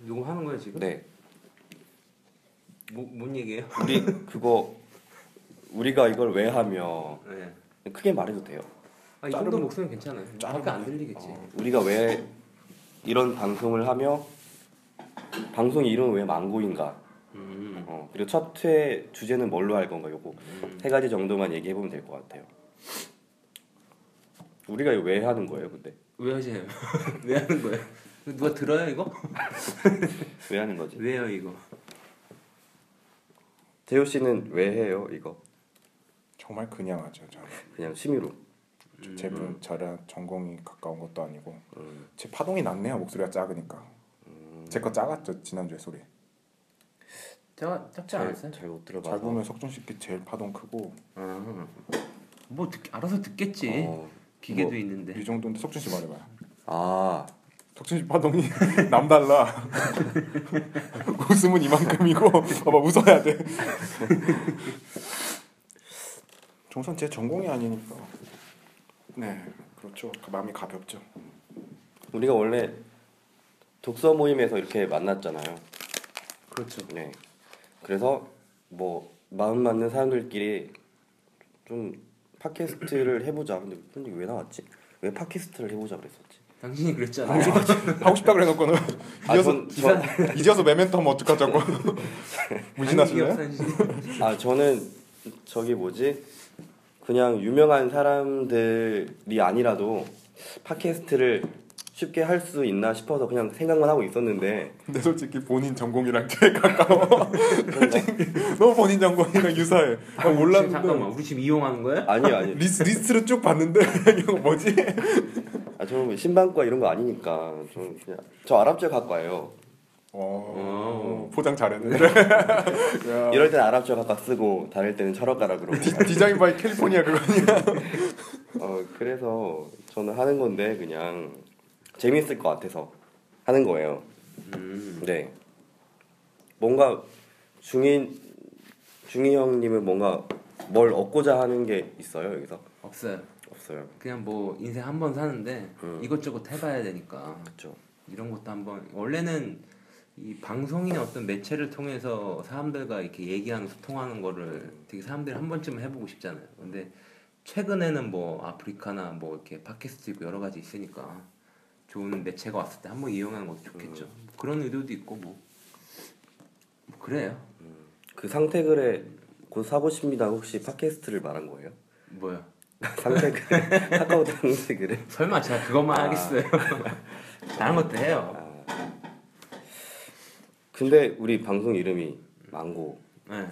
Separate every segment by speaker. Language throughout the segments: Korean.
Speaker 1: 녹음하는 거예요 지금?
Speaker 2: 네.
Speaker 1: 뭐, 뭔 얘기예요?
Speaker 2: 우리 그거 우리가 이걸 왜 하며
Speaker 1: 네.
Speaker 2: 크게 말해도 돼요.
Speaker 1: 아, 이 정도 목소리 는 괜찮아요. 밖에 안 들리겠지.
Speaker 2: 어, 우리가 왜 이런 방송을 하며 방송 이름 왜 망고인가?
Speaker 1: 음.
Speaker 2: 어, 그리고 첫 회 주제는 뭘로 할 건가? 요거 세 가지 정도만 얘기해 보면 될 것 같아요. 우리가 이거 왜 하는 거예요, 근데?
Speaker 1: 왜 하세요? 왜 하는 거예요? 누가 들어요 이거?
Speaker 2: 왜 하는 거지?
Speaker 1: 왜요 이거?
Speaker 2: 태호 씨는 왜 해요, 이거?
Speaker 3: 정말 그냥 하죠. 저는
Speaker 2: 그냥 취미로.
Speaker 3: 제 분, 저랑 전공이 가까운 것도 아니고 제 파동이 낮네요. 목소리가 작으니까 제 거 작았죠 지난주에 소리.
Speaker 1: 제가 짝지 않았어요?
Speaker 2: 잘못 들어봐서.
Speaker 3: 잘 보면 석준 씨께 제일 파동 크고
Speaker 2: 아,
Speaker 1: 뭐 듣, 알아서 듣겠지.
Speaker 2: 어.
Speaker 1: 기계도
Speaker 2: 뭐,
Speaker 1: 있는데.
Speaker 3: 이 정도인데 석준 씨 말해봐요.
Speaker 2: 아,
Speaker 3: 석준 씨 파동이 남달라. 웃음은 이만큼이고 봐봐 웃어야 돼. 종선 제 전공이 아니니까. 네 그렇죠. 마음이 가볍죠.
Speaker 2: 우리가 원래 독서 모임에서 이렇게 만났잖아요.
Speaker 1: 그렇죠.
Speaker 2: 네. 그래서 뭐 마음 맞는 사람들끼리 좀 팟캐스트를 해보자. 근데 근데 왜 나왔지? 왜 팟캐스트를 해보자 그랬었지?
Speaker 1: 당신이 그랬잖아요.
Speaker 3: 하고 싶다 그래놓고는
Speaker 2: 아,
Speaker 3: 이어서
Speaker 2: 전- 전-
Speaker 3: 이제서 메멘토 하면 어떡하자고
Speaker 1: 당신이
Speaker 3: 문신하실래요?
Speaker 1: 없어진-
Speaker 2: 아 저는 저기 뭐지 그냥 유명한 사람들이 아니라도 팟캐스트를 쉽게 할 수 있나 싶어서 그냥 생각만 하고 있었는데
Speaker 3: 근데 솔직히 본인 전공이랑 제일 가까워 너무 본인 전공이랑 유사해 나 아, 몰랐는데
Speaker 1: 잠깐만 우리 지금 이용하는 거야?
Speaker 2: 아니요 아니요
Speaker 3: 리스, 리스트를 쭉 봤는데 이거 뭐지?
Speaker 2: 아, 저는 뭐 신방과 이런 거 아니니까 저는 그냥 저 아랍哲학과예요
Speaker 3: 어, 포장 잘했는데 야,
Speaker 2: 이럴 땐 아랍哲학과 쓰고 다닐 때는 철학과라 그러고
Speaker 3: 디, 디자인 바이 캘리포니아 그거 아니야?
Speaker 2: 어 그래서 저는 하는 건데 그냥 재밌을 것 같아서 하는 거예요. 네. 뭔가 중인 중인 형님은 뭔가 뭘 얻고자 하는 게 있어요 여기서
Speaker 1: 없어요.
Speaker 2: 없어요.
Speaker 1: 그냥 뭐 인생 한 번 사는데 이것저것 해봐야 되니까
Speaker 2: 그렇죠.
Speaker 1: 이런 것도 한번 원래는 이 방송이나 어떤 매체를 통해서 사람들과 이렇게 얘기하는 소통하는 거를 되게 사람들이 한 번쯤 해보고 싶잖아요. 근데 최근에는 뭐 아프리카나 뭐 이렇게 팟캐스트 있고 여러 가지 있으니까 좋은 매체가 왔을 때 한번 이용하는 것도 좋겠죠. 그런 의도도 있고 뭐, 뭐 그래요.
Speaker 2: 그 상태글에 곧 사고 싶니다 혹시 팟캐스트를 말한 거예요?
Speaker 1: 뭐야?
Speaker 2: 상태글 카카오 상태글에
Speaker 1: 설마 제가 그것만
Speaker 2: 아.
Speaker 1: 하겠어요? 다른 것도 해요.
Speaker 2: 근데 우리 방송 이름이 망고
Speaker 1: 예.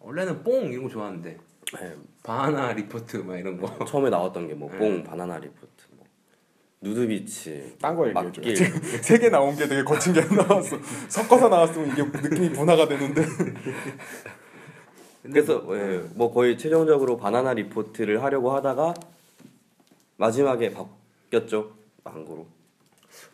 Speaker 1: 원래는 뽕 이런 거 좋아하는데
Speaker 2: 네,
Speaker 1: 바나 리포트 막 이런 거.
Speaker 2: 처음에 나왔던 게 뭐 뽕 바나나 리포트 뭐 누드비치
Speaker 3: 딴거 얘기해줘
Speaker 2: 막길
Speaker 3: 세 개 나온 게 되게 거친 게 나왔어 섞어서 나왔으면 이게 느낌이 분화가 되는데
Speaker 2: 그래서 예, 뭐 거의 최종적으로 바나나 리포트를 하려고 하다가 마지막에 바뀌었죠 망고로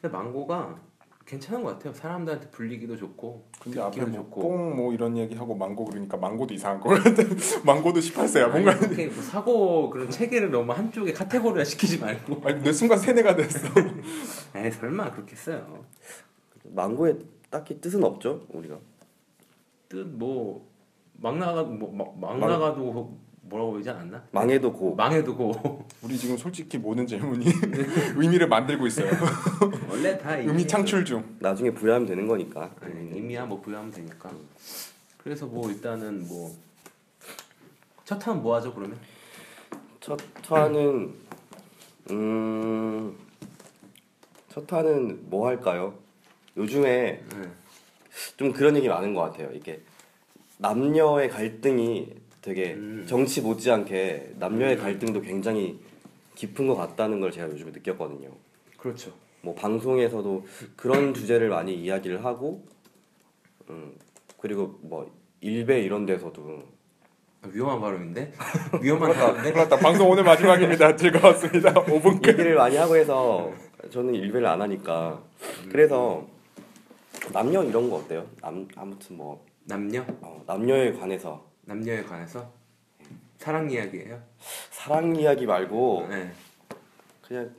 Speaker 1: 근데 망고가 괜찮은 것 같아요. 사람들한테 불리기도 좋고
Speaker 3: 근데 앞에
Speaker 1: 듣기도
Speaker 3: 뭐뽕 뭐 이런 얘기 하고 망고 그러니까 망고도 이상한 거 같아. 망고도 18세야
Speaker 1: 아니,
Speaker 3: 뭔가.
Speaker 1: 그렇게 뭐 사고 그런 체계를 너무 한쪽에 카테고리화 시키지 말고.
Speaker 3: 아니 내 순간 세뇌가 됐어.
Speaker 1: 에 설마 그렇겠어요.
Speaker 2: 망고에 딱히 뜻은 없죠 우리가
Speaker 1: 뜻뭐막 뭐, 나가 뭐막
Speaker 2: 망-
Speaker 1: 나가도 뭐라고 그러지 않았나? 뭐,
Speaker 2: 망해도 고
Speaker 1: 망해도 고
Speaker 3: 우리 지금 솔직히 모든 질문이 의미를 만들고 있어요.
Speaker 1: 원래 다 이미-
Speaker 3: 의미 창출 중.
Speaker 2: 나중에 부여하면 되는 거니까
Speaker 1: 네, 의미야 뭐 부여하면 되니까. 그래서 뭐 일단은 뭐 첫탄 뭐 하죠 그러면?
Speaker 2: 첫 화는 음첫 화는 뭐 할까요 요즘에
Speaker 1: 네.
Speaker 2: 좀 그런 얘기 많은 것 같아요 이게 남녀의 갈등이 되게
Speaker 1: 음.
Speaker 2: 정치 못지않게 남녀의 갈등도 굉장히 깊은 것 같다는 걸 제가 요즘에 느꼈거든요.
Speaker 1: 그렇죠.
Speaker 2: 뭐 방송에서도 그런 주제를 많이 이야기를 하고 음 그리고 뭐 일베 이런 데서도
Speaker 1: 아, 위험한 발언인데 위험한 발언인데.
Speaker 3: 그렇다. 방송 오늘 마지막입니다. 즐거웠습니다. 5분.
Speaker 2: 얘기를 많이 하고 해서 저는 일베를 안 하니까 그래서 남녀 이런 거 어때요? 남 아무튼 뭐
Speaker 1: 남녀
Speaker 2: 어, 남녀에 관해서
Speaker 1: 남녀에 관해서 사랑 이야기예요.
Speaker 2: 어? 사랑 이야기 말고
Speaker 1: 네.
Speaker 2: 그냥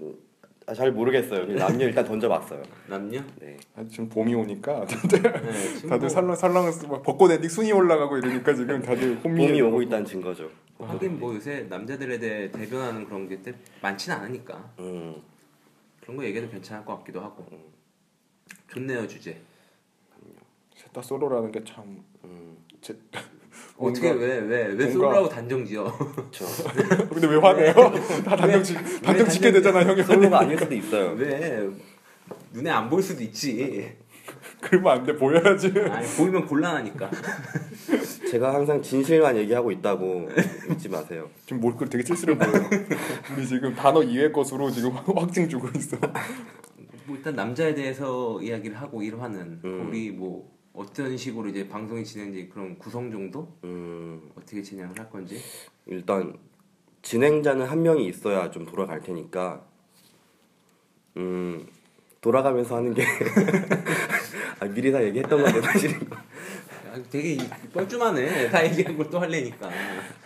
Speaker 2: 아, 잘 모르겠어요. 그냥 남녀 일단 던져봤어요.
Speaker 1: 남녀?
Speaker 2: 네.
Speaker 3: 아, 지금 봄이 오니까 다들
Speaker 1: 네, 지금
Speaker 3: 다들
Speaker 1: 뭐
Speaker 3: 살랑 살랑해서 막 벚꽃 엔딩 순위 올라가고 이러니까 지금 다들 혼미해.
Speaker 2: 봄이 오고 있다는 증거죠.
Speaker 1: 하긴 뭐 요새 남자들에 대해 대변하는 그런 게 때- 많지는 않으니까
Speaker 2: 음,
Speaker 1: 그런 거 얘기해도 괜찮을 것 같기도 하고 좋네요 주제
Speaker 3: 셋다 솔로라는 게 참
Speaker 2: 음,
Speaker 1: 어떻게 왜 왜 왜
Speaker 3: 뭔가-
Speaker 1: 솔로라고 단정지어
Speaker 2: 그렇죠.
Speaker 3: 근데 왜 화내요? 다 단정 짓 네, 단정 짓게
Speaker 1: 단정-
Speaker 3: 되잖아 형이.
Speaker 2: 솔로가 아닐 수도 있어요.
Speaker 1: 왜 눈에 안 보일 수도 있지
Speaker 3: 그러면 안 돼 보여야지.
Speaker 1: 아니 보이면 곤란하니까
Speaker 2: 제가 항상 진실만 얘기하고 있다고 믿지 마세요.
Speaker 3: 지금 몰골 되게 찔스러워 보여요. 우리 지금 단어 이외 것으로 지금 확증 주고 있어.
Speaker 1: 뭐 일단 남자에 대해서 이야기를 하고 일하는
Speaker 2: 음.
Speaker 1: 우리 뭐 어떤 식으로 이제 방송이 진행되는지 그런 구성 정도
Speaker 2: 음,
Speaker 1: 어떻게 진행을 할 건지
Speaker 2: 일단 진행자는 한 명이 있어야 좀 돌아갈 테니까 음, 돌아가면서 하는 게 아, 미리 다 얘기했던 건데 사실은
Speaker 1: 아, 되게 이- 뻘쭘하네 다 얘기한 걸 또 할래니까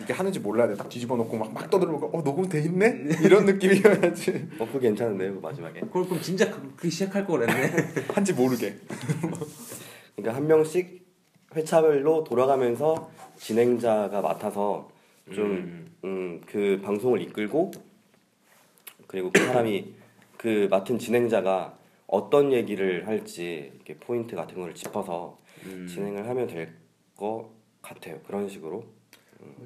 Speaker 3: 이게 하는지 몰라야 돼. 딱 뒤집어 놓고 막, 막 떠들고 어 녹음 돼 있네? 이런 느낌이어야지.
Speaker 2: 어프 괜찮은데요 그 마지막에
Speaker 1: 그걸 그럼 진짜 그, 그 시작할 걸 그랬네
Speaker 3: 한지 모르게.
Speaker 2: 그러니까 한 명씩 회차별로 돌아가면서 진행자가 맡아서 좀 음 그 방송을 이끌고 그리고 그 사람이 그 맡은 진행자가 어떤 얘기를 할지 이렇게 포인트 같은 걸 짚어서
Speaker 3: 음.
Speaker 2: 진행을 하면 될 것 같아요 그런 식으로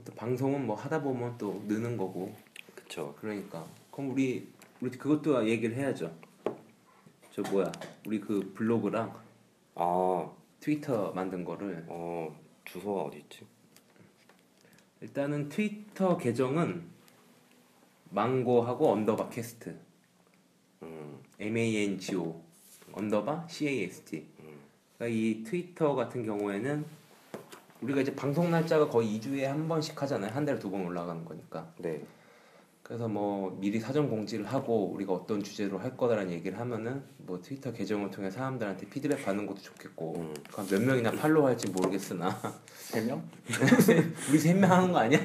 Speaker 1: 또 방송은 뭐 하다 보면 또 느는 거고
Speaker 2: 그쵸
Speaker 1: 그러니까 그럼 우리 우리 그것도 얘기를 해야죠 저 뭐야 우리 그 블로그랑
Speaker 2: 아어 어,
Speaker 1: 트위터 만든 거를
Speaker 2: 주소가 어디 있지
Speaker 1: 일단은 트위터 계정은 망고하고 언더바 캐스트 MANGO 언더바 CAST 그러니까 이 트위터 같은 경우에는 우리가 이제 방송 날짜가 거의 2주에 한 번씩 하잖아요 한 달에 두 번 올라가는 거니까
Speaker 2: 네
Speaker 1: 그래서 뭐 미리 사전 공지를 하고 우리가 어떤 주제로 할 거다라는 얘기를 하면은 뭐 트위터 계정을 통해 사람들한테 피드백 받는 것도
Speaker 3: 어,
Speaker 1: 좋겠고
Speaker 2: 음.
Speaker 1: 그몇 명이나 팔로우 할지 모르겠으나
Speaker 3: 세 명?
Speaker 1: 우리 세 명 하는 거 아니야?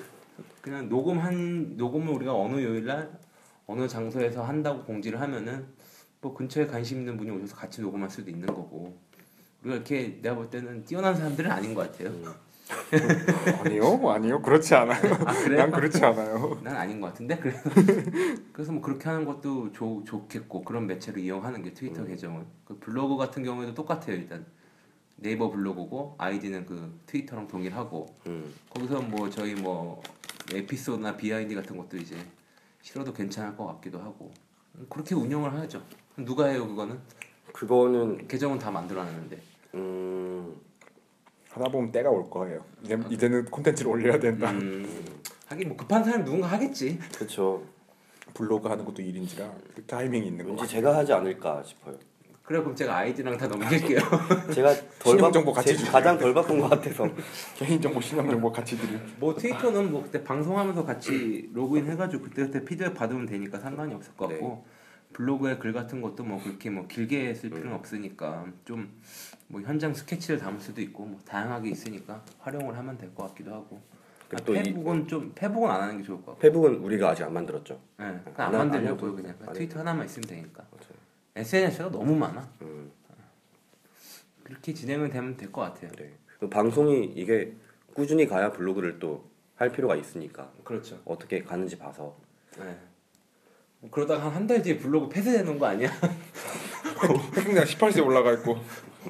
Speaker 1: 그냥 녹음한 녹음을 우리가 어느 요일날 어느 장소에서 한다고 공지를 하면은 뭐 근처에 관심 있는 분이 오셔서 같이 녹음할 수도 있는 거고 우리가 이렇게 내가 볼 때는 뛰어난 사람들은 아닌 것 같아요.
Speaker 2: 음,
Speaker 3: 아니요, 아니요, 그렇지 않아요.
Speaker 1: 아
Speaker 3: 난
Speaker 1: 그래요?
Speaker 3: 그렇지 않아요.
Speaker 1: 어, 난 아닌 것 같은데 그래서 그래서 뭐 그렇게 하는 것도 좋 좋겠고 그런 매체를 이용하는 게 트위터 계정은 그 블로그 같은 경우에도 똑같아요 일단 네이버 블로그고 아이디는 그 트위터랑 동일하고
Speaker 2: 음
Speaker 1: 거기서 뭐 저희 뭐 에피소드나 비하인드 같은 것도 이제 실어도 괜찮을 것 같기도 하고 음, 그렇게 운영을 하죠. 누가 해요 그거는?
Speaker 2: 그거는
Speaker 1: 계정은 다 만들어놨는데
Speaker 2: 음
Speaker 3: 하다 보면 때가 올 거예요. 이제, 이제는 콘텐츠를 올려야 된다.
Speaker 1: 음, 하긴 뭐 급한 사람 누군가 하겠지.
Speaker 2: 그쵸
Speaker 3: 음. 블로그 하는 것도 일인지라 그 타이밍이 있는 거.
Speaker 2: 왠지 제가 하지 않을까 싶어요
Speaker 1: 그래 그럼 제가 아이디랑 다 넘길게요.
Speaker 2: 제가 덜
Speaker 3: 신용
Speaker 2: 바-
Speaker 3: 정보 같이
Speaker 2: 제-
Speaker 3: 주세요.
Speaker 2: 가장 덜 바쁜 것 같아서
Speaker 3: 개인 정보, 신용 정보 같이 드리.
Speaker 1: 뭐 트위터는 뭐 그때 방송하면서 같이 로그인 해가지고 그때 그때 피드백 받으면 되니까 상관이 없을 것 같고 블로그에 글 같은 것도 뭐 그렇게 뭐 길게 쓸 필요는 없으니까 좀 뭐 현장 스케치를 담을 수도 있고 뭐 다양하게 있으니까 활용을 하면 될 것 같기도 하고 아,
Speaker 2: 또 이-
Speaker 1: 페북은 좀 페북은 안 하는 게 좋을 것 같고
Speaker 2: 페북은 우리가 아직 안 만들었죠.
Speaker 1: 예, 그러니까 안
Speaker 2: 안 하-
Speaker 1: 만들려고요
Speaker 2: 안 해도-
Speaker 1: 그냥
Speaker 2: 안 해도-
Speaker 1: 트위터 하나만 있으면 되니까
Speaker 2: 맞아요.
Speaker 1: SNS가 너무 많아
Speaker 2: 음,
Speaker 1: 그렇게 진행은 되면 될 것 같아요
Speaker 2: 네. 그 방송이 이게 꾸준히 가야 블로그를 또 할 필요가 있으니까
Speaker 1: 그렇죠
Speaker 2: 어떻게 가는지 봐서
Speaker 1: 예. 뭐 그러다가 한 한 달 뒤에 블로그 폐쇄되는 거 아니야?
Speaker 3: 핵심장 18세 올라가 있고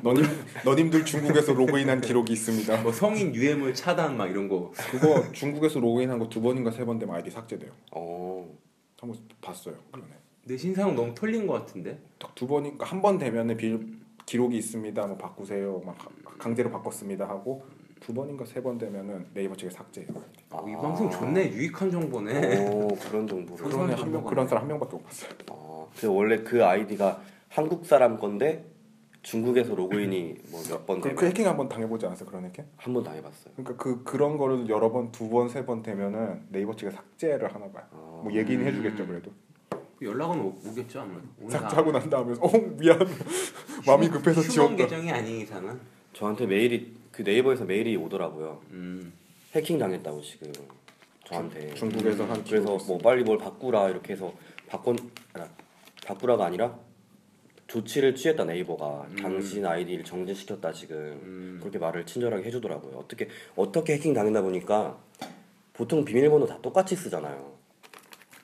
Speaker 3: 너님 너님들 중국에서 로그인한 기록이 있습니다.
Speaker 1: 뭐 성인 유해물 차단 막 이런 거
Speaker 3: 그거 중국에서 로그인한 거 두 번인가 세 번 되면 아이디 삭제돼요.
Speaker 2: 어,
Speaker 3: 한번 봤어요. 그러네.
Speaker 1: 내 신상 너무 털린 것 같은데.
Speaker 3: 딱 두 번인가 한 번 되면은 비, 기록이 있습니다. 뭐 바꾸세요. 막 가- 강제로 바꿨습니다 하고 두 번인가 세 번 되면은 네이버 측에 삭제해요.
Speaker 1: 어, 이
Speaker 2: 아.
Speaker 1: 방송 좋네 유익한 정보네.
Speaker 2: 오, 어, 그런 정보를.
Speaker 1: 그런
Speaker 3: 그런
Speaker 1: 사람
Speaker 3: 한명
Speaker 1: 한
Speaker 3: 그런 사람 한 명밖에 못 봤어요.
Speaker 2: 어, 그 원래 그 아이디가 한국 사람 건데 중국에서 로그인이 뭐 몇번
Speaker 1: 그러니까
Speaker 3: 그, 그 해킹 한번 당해보지 않았어요 그런 해킹?
Speaker 2: 한번 당해봤어요.
Speaker 3: 그러니까 그 그런 거를 여러 번 두 번 세 번 되면은 네이버 측에 삭제를 하나 봐요.
Speaker 2: 어,
Speaker 3: 뭐 얘기는 해주겠죠 그래도
Speaker 1: 연락은 오, 오겠죠 아무래도. 오늘
Speaker 3: 삭제하고 난 다음에 어 미안 마음이 급해서
Speaker 1: 휴먼
Speaker 3: 지웠다.
Speaker 1: 계정이 아닌 이상은.
Speaker 2: 저한테 메일이 그 네이버에서 메일이 오더라고요.
Speaker 1: 음.
Speaker 2: 해킹 당했다고 지금 저한테. 아,
Speaker 1: 아,
Speaker 3: 중국에서 한
Speaker 2: 뭐 그래서 뭐 빨리 뭘 바꾸라 이렇게 해서 바꿨 바꾸라가 아니라 조치를 취했다 네이버가
Speaker 1: 음.
Speaker 2: 당신 아이디를 정지시켰다 지금 그렇게 말을 친절하게 해주더라고요. 어떻게 어떻게 해킹 당했나 보니까 보통 비밀번호 다 똑같이 쓰잖아요.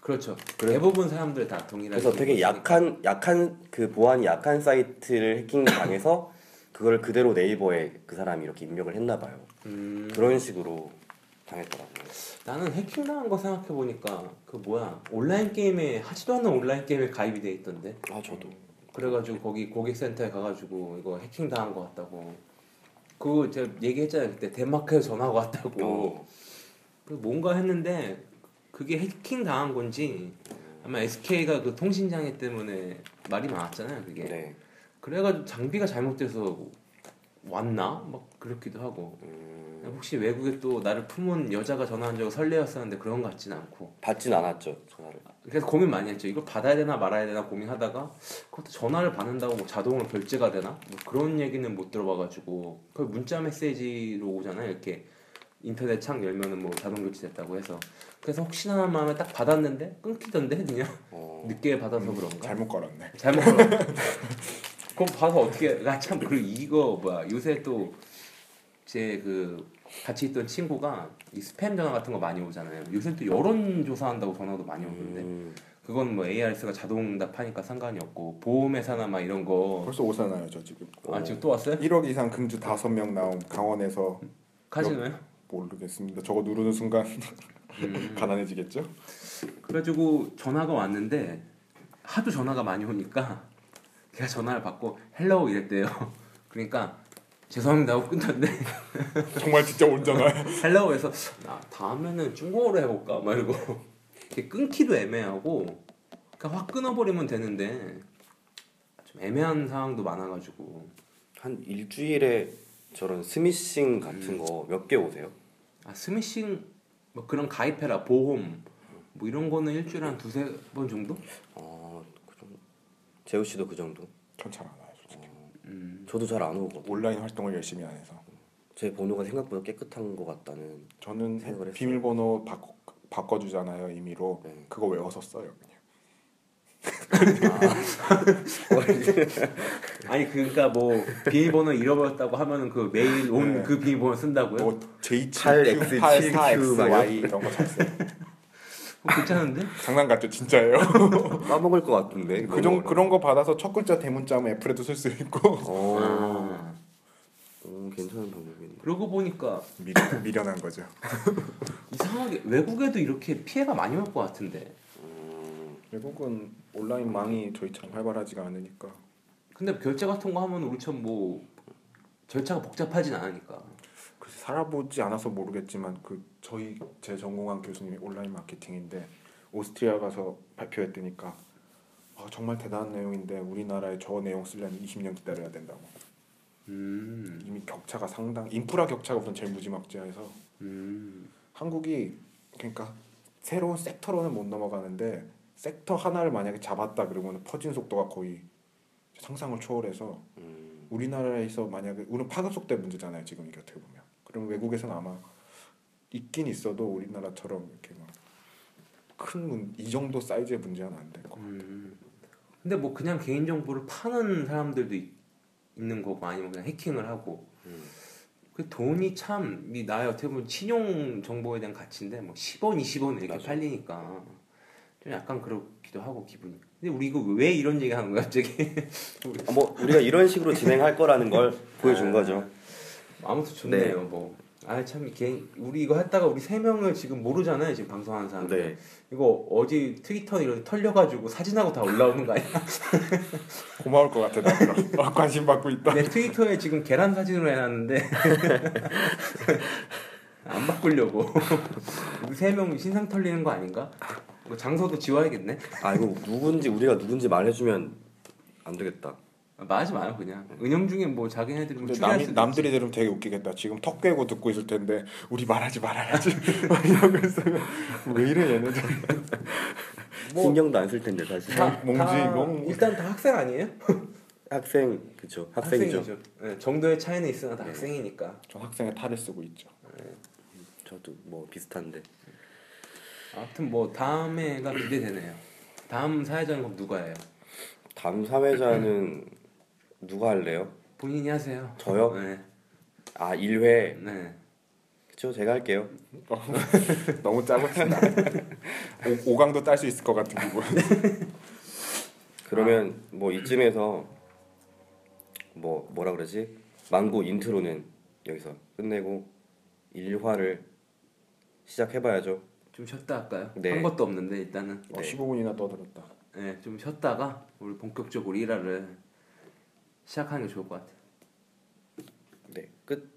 Speaker 1: 그렇죠. 대부분 사람들 다 동일하게
Speaker 2: 그래서 되게
Speaker 1: 쓰니까.
Speaker 2: 약한 약한 그 보안이 약한 사이트를 해킹 당해서 그걸 그대로 네이버에 그 사람이 이렇게 입력을 했나 봐요.
Speaker 1: 음,
Speaker 2: 그런 식으로 당했더라고요.
Speaker 1: 나는 해킹 당한 거 생각해 보니까 그 뭐야 온라인 게임에 하지도 않는 온라인 게임에 가입이 돼 있던데.
Speaker 2: 아 저도.
Speaker 1: 그래가지고 거기 고객센터에 가가지고 이거 해킹 당한 거 같다고. 그거 제가 얘기했잖아요 그때 덴마크에서 전화가 왔다고.
Speaker 2: 어.
Speaker 1: 그 뭔가 했는데 그게 해킹 당한 건지 아마 SK가 그 통신 장애 때문에 말이 많았잖아요 그게.
Speaker 2: 네.
Speaker 1: 그래가지고 장비가 잘못돼서 왔나 막 그렇기도 하고.
Speaker 2: 음,
Speaker 1: 혹시 외국에 또 나를 품은 여자가 전화한 적 설레었었는데 그런 것 같진 않고
Speaker 2: 받진 않았죠 전화를.
Speaker 1: 그래서 고민 많이 했죠 이걸 받아야 되나 말아야 되나 고민하다가 그것도 전화를 받는다고 뭐 자동으로 결제가 되나 뭐 그런 얘기는 못 들어봐가지고 그 문자 메시지로 오잖아요 이렇게 인터넷 창 열면은 뭐 자동 결제됐다고 해서 그래서 혹시나 마음에 딱 받았는데 끊기던데 그냥
Speaker 2: 어.
Speaker 1: 늦게 받아서 그런가
Speaker 3: 뭐 잘못 걸었네.
Speaker 1: 잘못 걸어 그럼 봐서 어떻게 나참 그리고 이거 뭐야 요새 또 제 그 같이 있던 친구가 이 스팸 전화 같은 거 많이 오잖아요 요새 또 여론 조사한다고 전화도 많이 오는데
Speaker 2: 음,
Speaker 1: 그건 뭐 ARS가 자동응답하니까 상관이 없고 보험회사나 막 이런 거아
Speaker 3: 벌써 오잖아요 저 지금.
Speaker 1: 지금 또 왔어요?
Speaker 3: 1억 이상 금주 5명 나온 강원에서
Speaker 1: 카지노요?
Speaker 3: 모르겠습니다. 저거 누르는 순간 가난해지겠죠?
Speaker 1: 그래가지고 전화가 왔는데 하도 전화가 많이 오니까 걔가 전화를 받고 헬로우 이랬대요 그러니까 죄송합니다 하고 끊었는데
Speaker 3: 정말 진짜 온전한
Speaker 1: 하려고 해서 나 다음에는 중국어로 해볼까 막 이러고 이렇게 끊기도 애매하고 그냥 확 끊어버리면 되는데 좀 애매한 상황도 많아가지고
Speaker 2: 한 일주일에 저런 스미싱 같은 거 몇 개 오세요?
Speaker 1: 아 스미싱 뭐 그런 가입해라 보험 뭐 이런 거는 일주일에 한 두세 번 정도?
Speaker 2: 어, 그 정도. 재우 씨도 그 정도.
Speaker 3: 전잘 알아요 솔직히.
Speaker 1: 음
Speaker 2: 저도 잘 안 오거든요.
Speaker 3: 온라인 활동을 열심히 안 해서.
Speaker 2: 제 번호가 생각보다 깨끗한 것 같다는.
Speaker 3: 저는
Speaker 2: 생각을 했어요.
Speaker 3: 비밀번호 바꿔, 바꿔주잖아요 임의로
Speaker 2: 네.
Speaker 3: 그거 외워서 써요 그냥
Speaker 1: 아니 그러니까 뭐 비밀번호 잃어버렸다고 하면은 그 매일 온
Speaker 3: 네.
Speaker 1: 그 비밀번호 쓴다고요?
Speaker 3: 뭐 J7,
Speaker 2: 8X, 7Q 막
Speaker 3: Y 이런 거 잘 써요
Speaker 1: 어, 괜찮은데?
Speaker 3: 장난 같죠 진짜예요
Speaker 2: 까먹을 것 같은데.
Speaker 3: 그 정, 그런 거 받아서 첫 글자 대문자 하면 애플에도 쓸 수 있고
Speaker 2: 어,
Speaker 1: 아.
Speaker 2: 오, 괜찮은 방법이네.
Speaker 1: 그러고 보니까
Speaker 3: 미, 미련한 거죠
Speaker 1: 이상하게 외국에도 이렇게 피해가 많이 올 것 같은데
Speaker 3: 외국은 온라인 망이 저희처럼 활발하지가 않으니까
Speaker 1: 근데 결제 같은 거 하면 우리처럼 뭐 절차가 복잡하진 않으니까
Speaker 3: 글쎄 살아보지 않아서 모르겠지만 그 저희 제 전공한 교수님이 온라인 마케팅인데 오스트리아 가서 발표했더니까 아, 정말 대단한 내용인데 우리나라에 저 내용 쓰려면 20년 기다려야 된다고
Speaker 1: 음,
Speaker 3: 이미 격차가 상당 인프라 격차가 우선 제일 무지막지해서
Speaker 1: 음.
Speaker 3: 한국이 그러니까 새로운 섹터로는 못 넘어가는데 섹터 하나를 만약에 잡았다 그러면 퍼진 속도가 거의 상상을 초월해서
Speaker 2: 음,
Speaker 3: 우리나라에서 만약에 우리는 파급 속도의 문제잖아요 지금 이게 어떻게 보면 그럼 외국에서는 아마 있긴 있어도 우리나라처럼 이렇게 막큰이 정도 사이즈의 문제는 안 되고
Speaker 1: 음. 근데 뭐 그냥 개인정보를 파는 사람들도 있, 는 거고 아니면 그냥 해킹을 하고
Speaker 2: 음.
Speaker 1: 그 돈이 참 이 나의 어떻게 보면 신용 정보에 대한 가치인데 뭐 10원 20원 이렇게
Speaker 2: 맞아.
Speaker 1: 팔리니까 좀 약간 그렇기도 하고 기분이 근데 우리 이거 왜 이런 얘기 하는 거야 갑자기
Speaker 2: 아, 뭐 우리가 이런 식으로 진행할 거라는 걸 보여준 거죠.
Speaker 1: 아무튼 좋네요 뭐 아 참 우리 이거 했다가 우리 세 명을 지금 모르잖아요 지금 방송하는 사람 들
Speaker 2: 네.
Speaker 1: 이거 어제 트위터 이런 데 털려가지고 사진하고 다 올라오는 거 아니야?
Speaker 3: 고마울 것 같아 나 그럼. 아, 관심 받고 있다
Speaker 1: 내 트위터에 지금 계란 사진으로 해놨는데 안 바꾸려고 우리 세명 신상 털리는 거 아닌가? 이거 장소도 지워야겠네.
Speaker 2: 아 이거 누군지 우리가 누군지 말해주면 안 되겠다.
Speaker 1: 아, 말하지 마요 그냥 은영 중에 뭐 자기네들이 뭐
Speaker 3: 근데
Speaker 1: 출연할
Speaker 3: 남,
Speaker 1: 수도
Speaker 3: 남들이 들으면 되게 웃기겠다 지금 턱 깨고 듣고 있을 텐데 우리 말하지 말아야지 막 이러고 있으면 왜 이래 얘네들
Speaker 2: 신경도 안 쓸 텐데 사실.
Speaker 1: 뭐 다-
Speaker 3: 뭔지
Speaker 1: 다-
Speaker 3: 이거?
Speaker 1: 일단 다 학생 아니에요?
Speaker 2: 학생 그쵸. 학생이죠. 네.
Speaker 1: 네, 정도의 차이는 있으나 다 학생이니까.
Speaker 3: 저 학생의 탈을 쓰고 있죠
Speaker 2: 저도 뭐 비슷한데.
Speaker 1: 아무튼 뭐 다음에가 기대되네요. 다음 사회자는 그럼 누가 해요?
Speaker 2: 담삼회자는 누가 할래요?
Speaker 1: 본인이 하세요.
Speaker 2: 저요?
Speaker 1: 네.
Speaker 2: 아 1회
Speaker 1: 네.
Speaker 2: 그쵸 제가 할게요
Speaker 3: 너무 짧았습니다. 오, 오강도 딸 수 있을 것 같은 기분.
Speaker 2: 그러면 뭐 이쯤에서 뭐 뭐라 그러지? 망고 인트로는 여기서 끝내고 일화를 시작해봐야죠
Speaker 1: 좀 쉬었다 할까요?
Speaker 2: 네.
Speaker 1: 한 것도 없는데 일단은
Speaker 3: 어, 15분이나 떠들었다.
Speaker 1: 네, 좀 쉬었다가 우리 본격적으로 일화를 시작하는 게 좋을 것 같아요.
Speaker 2: 네 끝